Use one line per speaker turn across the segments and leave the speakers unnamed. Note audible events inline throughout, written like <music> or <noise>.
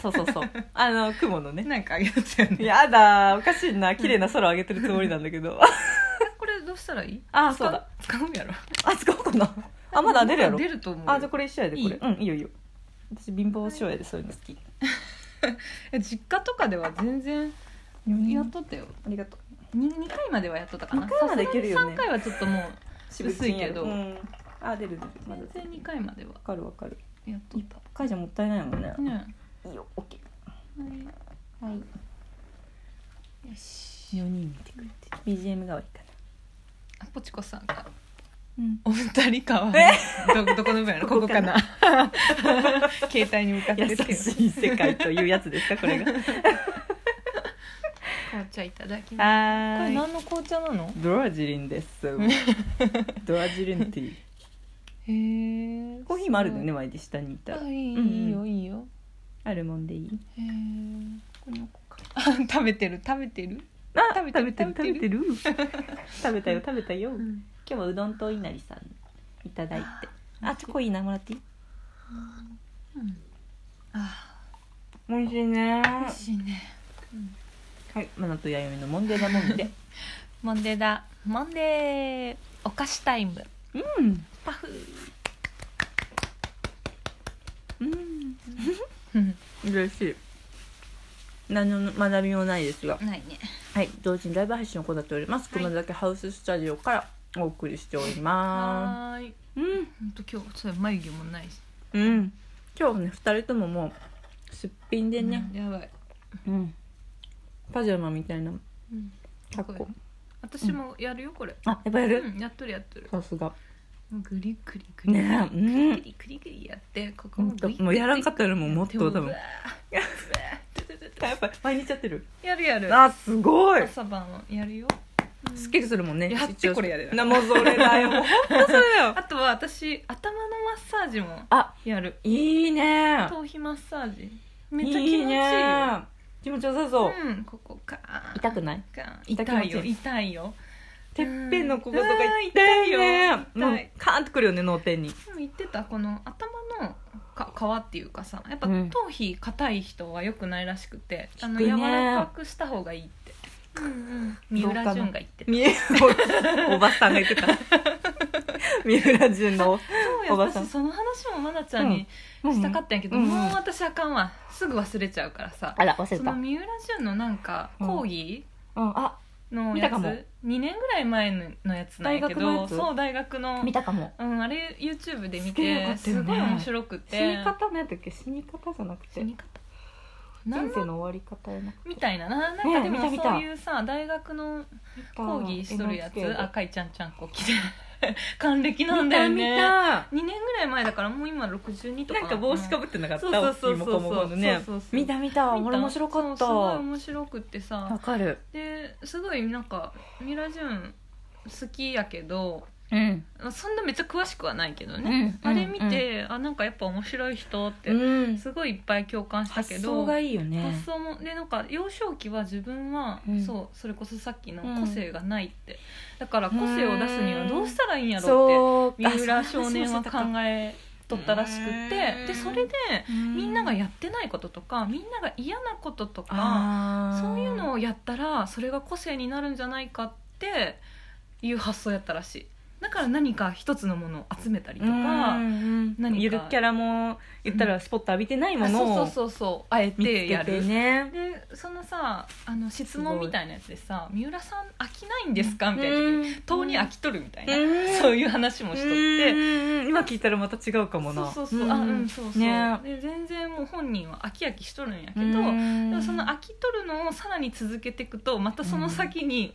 そうそう <laughs> そうあの雲のね
なんかあげたよね
やだーおかしいな綺麗な空をあげてるつもりなんだけど
これどうしたらいい
<laughs> あそうだ
使う使うやろ
あ使おうかなあまだ出るやろ
出ると思うよ
あじゃあこれ一緒やでこれ
いい
うんいいよいいよ私貧乏症やでそういうの好き
え実家とかでは全然やっとったよ、
ありがとう
に二回まではやっとったかな
二回までいけるよね
3回はちょっともう薄いけど
うんあ出る出るまだ
全
出る
然2回までは
わかるわかる
やっとっ
一回じゃもったいないもんね
たね
いいよオッケ
はい、はい、よし
ー4人見てくれて BGM 代わりか
あポチコさんが
なうん
お二人かはどどこの部屋の
こ
こ
こ
こ
か
か
な
な
<laughs>
携帯に向かって
優しい世界というやつですかこれ <laughs>
<laughs>
が
紅茶いただきますこ
は
れ
ーい
何の紅茶なの
ドラジリン <laughs> ですドラジリンティー
へえ
コーヒーもあるのよね前で下にいた
あ
ら
いい,、
うんうん
いいよいいよ
あるもんでいい
へえこの子か <laughs> あ食べてる食べてる
あ食
食べ
べ
て
て
る
る食べてる <laughs> 食べたよ食べたよ今
ん
日はうどんといなりさんいただいてあチョコいいなもらっていい
あ
おいしいね
美味しいね
はいマナとやよみのモンデーだもんで
モンデーだモンデーお菓子タイム
うん
パフ
うん
うん
嬉しい何の学びもないですが
ないね
はい同時にライブ配信を行っております
はい
熊崎ハウススタジオからお送りしておりま
はーい
すうん
ほんと今日それ眉毛もないし
うん今日ね2人とももうすっぴんでね、
うんやばい、
うん、パジャマみたいな
うん、
格好
私もやるよこれ、
あやっぱやる
うん、やっとるやっとる
さすが
グリグリグリ
ねえうん
グリグリグリやってここ
ほ
も
ん
グ
と
リ
もうやらんかったらもうもっ
手
と
も
多
う
分
わーうわーうわー
やっぱ毎日やってる
<laughs> やるやる
あすごい
朝晩はやるようん
すっきりするもんね
やって
一応
これやれ
なもうそれだよもうほんとそれだよ
あとは私頭のマッサージも
あ
やる
いいね
頭皮マッサージめっちゃ気持ちいいよ
ね気持ちよさそう、
うんここか
痛くない痛く
痛
ない
いよ痛いよ
てっぺんのこことか
うん
痛いね
痛いよ痛い
もうカーンってくるよね脳天に
でも言ってたこの頭のか皮っていうかさやっぱ
うん
頭皮硬い人は良くないらしくて、あの
聞く
柔
ね
らかくした方がいいって、うんうん、三
どうかな
浦淳が言ってた
見えおばさんが言ってた <laughs> 三浦淳の
そう
おばさ
や
ん
私その話もまなちゃんにしたかったんやけど、
うんうん
もう私あかんわすぐ忘れちゃうからさ
あら忘れ
そ
た、
の
うん、
三浦淳のなんか
うん
講義
あ
の
見た
や
かも
つ、二2年ぐらい前ののやつなんや
大
け
学のや
ど
つ
そう大学の
見たかも
うん、あれ YouTube で見
すげえよか
て
ったよね
すごい面白くて
死に方なんだっけ死に方じゃなくて
死に
人
方なんの
生の終わり方やなくて
みたいなななんかでも
ね見た
そういうさ、大学の講義しとるやつ
NHK で
赤いちゃんちゃんこ着て <laughs> 還暦なんだよ
見
ね
た
2年ぐらい前だからもう今62
見
と
た
か
なんか帽子かぶってなかった
そうそうそうそう
大きいモコモコのね
そうそうそう
見た見た俺面白かっ
そうすごい
た
面白くって
わ
さ
かる
ですごいなんかミラジュン好きやけど
うん
まあそんなめっちゃ詳しくはないけどね、
うん
あれ見て、あなんかやっぱ面白い人って
うん
すごいいっぱい共感したけ
発
ど、
想がいいよね
発想もでなんか幼少期は自分は、
うん
そうそれこそさっきの
うん
個性がないって、だから個性を出すにはどうしたらいいんやろ
そう
って三浦少年は考えとったらしく
うん
てでそれで
え
みんながやってないこととかみんなが嫌なこととか
あー
そういうのをやったらそれが個性になるんじゃないかっていう発想やったらしいだから何か一つのものを集めたりとか、
うんうん
何か
ゆるキャラも言ったらスポット浴びてないも
あそう
の
そう
を
そうそうあえ
見つ
て
け
やる
てね
でそのさあの質問みたいなやつでさ「三浦さん飽きないんですか?」みたいな時に「とうに飽きとる」みたいな、そ
い
う
う
いう話もしとって。
て今聞いたらまた違うかも
そ
な
うそうそうあうんそうそう、
ね
で全然もう本人は飽き飽きしとるんやけど、で
ど
もその飽きとるのをさらに続けていくとまたその先に、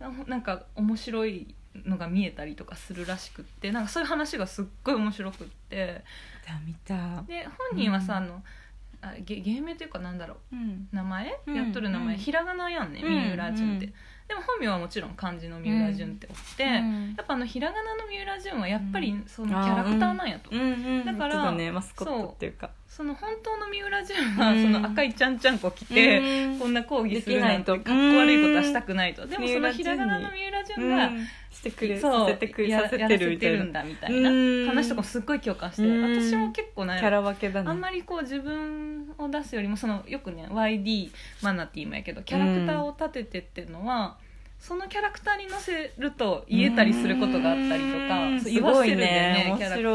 あなんか面白いのが見えたりとかするらしくってなんかそういう話がすっごい面白くって
見た見た
で本人はさ、
うん
あのあげ芸名というかなんだろう
うん
名前、
うん
やっとる名前、
うん
ひらがなやんね
うん
三浦淳って、
うん
でも本名はもちろん漢字の三浦淳っておって、やっぱあのひらがなの三浦淳はやっぱりそのキャラクターなんやと、
うんうん
だから
そうねマスコットっていうか
その本当の三浦淳
う
は
ん
その赤いちゃんちゃんこ着て、
うん
こんな抗議するなんてかっこ悪いことはしたくないと、でもそのひらがなの三浦
う
淳
ん
が、
ししてくれ
そ
さ
う
せてくれ
や
さ
ら
せ
や
て
らせ
るみた
て
い
る
なん
だみた
うー
い
ん
な話とかもすっごい共感して
うーん
私も結構ね
キャラ分けだね
あんまりこう自分を出すよりもそのよくね YD マナティーもやけどキャラクターを立ててっていうのは、そのキャラクターに乗せると言えたりすることがあったりと
うん
かそ
す
う言わ
ご
せ
い
るんだよね
ね
キ
面
ャラクタ
白い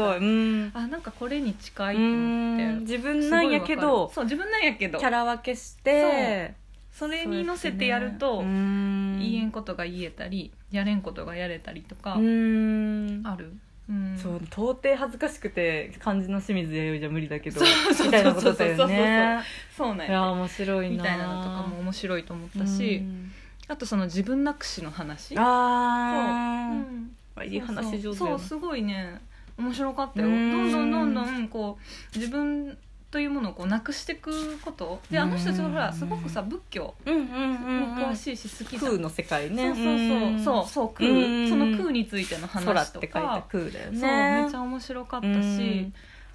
う
ー
ん
あなんかこれに近
う
いと思って
ん自
すごい
分なんやけ
わ
ど
かるそう自分なんやけど
キャラ分けして
それに乗せてやると、言えん
言
ことが言えたりやれんことがやれたりとか、
うん
ある、うん、
そう到底恥ずかしくて漢字の清水弥生じゃ無理だけど
そうそうそう
みたいなことだ
そ
よ
うそうそう
ね
そうなん
いや
や
面白いな
みたいなのとかも面白いと思ったし、
うん
あとその自分なくしの話
あー
うん
いい話上手だ
そ
よ
う
ね
すごいね面白かったよ
う
ど
ん
んどんどんどんこう自分というものをこうなくしていくことであの人たちはほらすごくさ仏教
うんうん
に
うんうん
詳しいし好きじゃん、
空の世界ね
そうそうそうそうそう空
うん
その空についての
うん空っ
話
て
と
書いた
か
空だよ
そうめ
ね
ちゃ面白かっ
あ
たし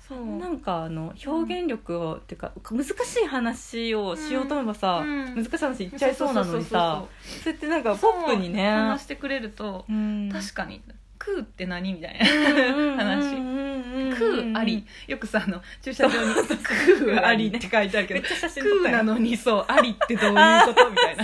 そう
なんかあの表現力を、っていうか難しい話をしようと思えばさ、
うん
難しい話いっちゃいそうなのにさそうやってなんか
そ
ポ
う
ップにね
話してくれると確かに空って何みたいな話空ありよくさあの駐車場に「空あり」って書いてあるけ
めっ
ど
ちゃ写真撮っ
空
た
な
よ
のにそうありってどういうことみたいな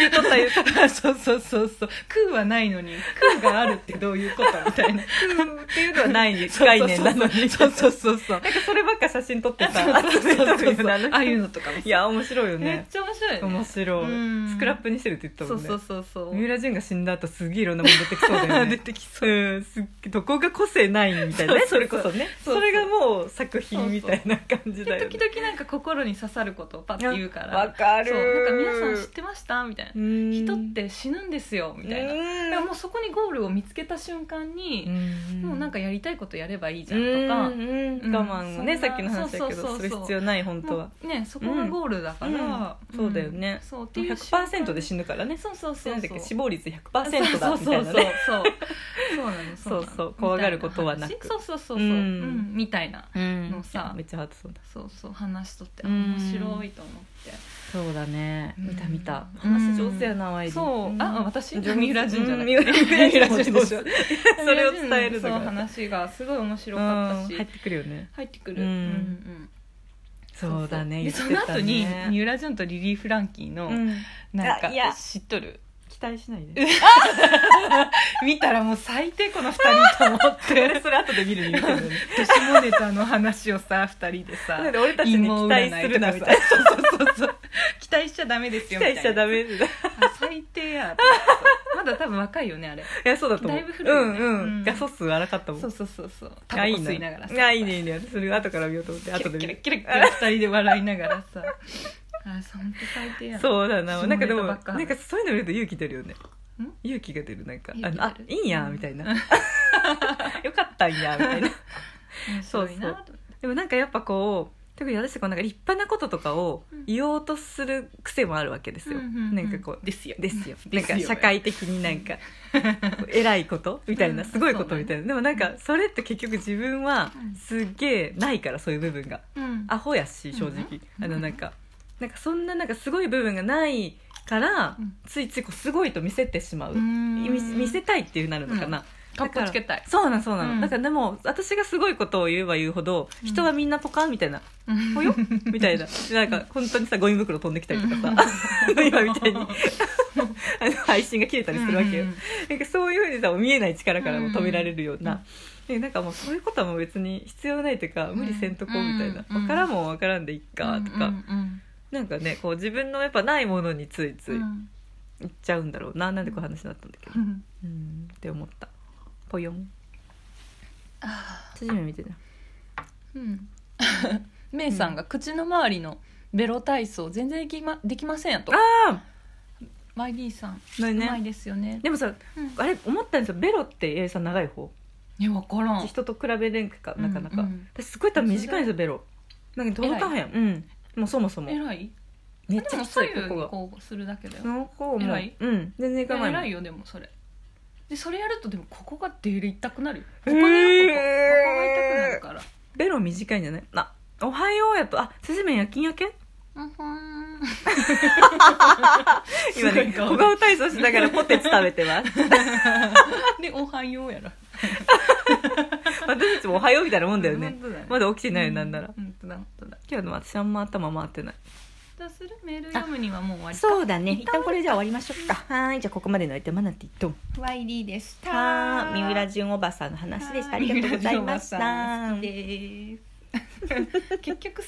言っとった言っとっ
そうそうそうそう空はないのに空があるってどういうことみたいな
たっていうのはない
<laughs>
概念なのに
そうそうそうそう
なんかそればっか写真撮って
あ
さ
そうそうそう
後で撮るよねあの人
ああいうのとかも
いや面白いよ
めっ
ね
ちゃ面白いよね
面白
うん
いスクラップにしてるって言ってた
そ
も
うん
ね
そうそうそう
三浦淳が死んだ後すげえいろんなもの出てきそうだよね
<laughs> 出てきそう
うんすっげどこが個性ないみたいなね
そ
そう
そう
れ
そ
こ
う
そね
そ
そ
うそう
れがもう作品みたいな感じだよ
で
ね
時々なんか心に刺さることをパッて言うから
わかる
そうなんか皆さん知ってましたみたいな人
人
って死ぬんですよみたいなだから
な
もうそこにゴールを見つけた瞬間にもうなんかやりたいことやればいいじゃんとか
我慢をね
うん
さ
そんな
っきの話だけ
そう
ど
そう
す
そう
る
そう
必要ない本当は
もうねそこがゴールだから
うんそうだよね
そうっていう瞬間
100%で死ぬからね
そうそうそう
なんだっけ
そう
死亡率100%だみたいなね
そうそうそうそうなのそうなの
そうそう怖がることはなく
みたい話そうそうそうそう
うん
うんみたいな
うん
のさ
めっちゃハートそうだ
そうそう話とって
うん
面白いと思っ
そうだね
うん
見た見た
うん
話上手やなワイ
て
リ
そうあ私
上手
三浦淳じゃな
う
い
ん三浦淳でしょ
三
それ
浦
を
淳
伝
の
えるの
そう
が
話がすごい面白かった
うん
し
入ってくるよね
入ってくる
うん
うんうん
そうだね
で
言
そ
って
の
た
後に
ね
三浦淳とリリー・フランキーの
うん
なん
あ
か
いや
知っとる
期待しないで
見たらもう最低この2人と <laughs> 思っ
<laughs>
て
それ後で <laughs> 見るに見てるよね
年下ネタの話をさ2人でさ
だって俺たちに期待するなみたいな
そうそうそうそう <laughs> 期待しちゃダメです
期
よみたい
待
な
しちゃダメだ <laughs> い
あ最低やと思ってまだ多分若いよねあれ
やそうだと思う
だいぶ古いよね
うん
う
うんんガソ数荒かったもん
そうそうそうそうタバ
あ
コ
いい
吸いながらさ
あいいねいいねそれ後から見ようと思って
キ
後で
ラ
見
キラ
る
キラキラ2人で笑いながらさ <laughs> あそう本当最低やう
そうだななんかでも
下ネタば
なん
っか話す
かそういうの見ると勇気出るよね勇気が出るなんかあのあいいんやみたい <laughs> なよかったんやみたいな
面白いなと
でもなんかやっぱこう特に私とかなんか立派なこととかを言おうとする癖もあるわけですよ、
うんうんうん
なんかこう
ですよ
ですよ
で
なん
すよ
か社会的になん
<laughs>
かこう偉いことみたいな
うん
すごいことみたいな、でもなんかそれって結局自分は
うん
すっげえないからそういう部分が
うん
アホやし正直、
うん
あのなんかなんかそんななんかすごい部分がないから、
うん
ついついこうすごいと見せてしまう、
うん
見見せたいっていうなるのかな、
カッコつけたい
そうなのそうなの、
うん
だからでも私がすごいことを言えば言うほど
うん
人はみんなポカンみたいな、
うん
ぽ
<laughs>
よみたいなでなんか本当にさゴミ袋飛んできたりとか <laughs> さ、今みたいにあの配信が切れたりするわけよ、
うんうん
なんかそういうふうにさ見えない力からも止められるような、でなんかもうそういうことはもう別に必要ないというか無理せんとこうみたいな、
うん
分からんもん分からんでいっかとか、
うんうん
なんかねこう自分のやっぱないものについつ
う
い
ん
いっちゃうんだろうな、なんでこういう話になったんだっけど
う、ん
うんって思ったぽよん
あ
初め見てた
ーうんメイさんが口の周りのベロ体操全然できまできませんやと
あ
マイリーさん
あ、
うま
ね、
いですよね
でもさ
うん
あれ思ったんですよベロって八重さん長い方、
え分からん
人と比べれんかなかなか、
うんうん
私すごい多分短いんですよベロなんか届かへんうんもうそもそも
えらい
めっ
で
ちゃ
も
きつ
左
いこ
右
こ
に
が
こうするだけだよ
その方も
偉い
うん全然いかない
え
も
ら
ん
いよでもそれでそれやるとでもここが出る痛くなるよここ
へー
にあるここここが痛くなるから
ベロ短いんじゃないあおはようやとあすずめ夜勤明け
うんふー
今
ん
ね
<laughs> すごい <laughs>
小顔体操しながら <laughs> ポテチ食べてます
でおはようやろ
私たちもおはようみたいなもんだよね
本当だよ
まだ起きてないよなんなら
本当だ本当だ
今日の私あんま頭回ってない
どうするメール読むにはもう終わりか
そうだね一
一
旦
旦
これじゃあ終わりましょうかはーいじゃあここまでの相手マナティと
YD でした
はー三浦淳おばさんの話でしたありがとうございました <laughs>
三浦淳おばさん好きです <laughs> 結局好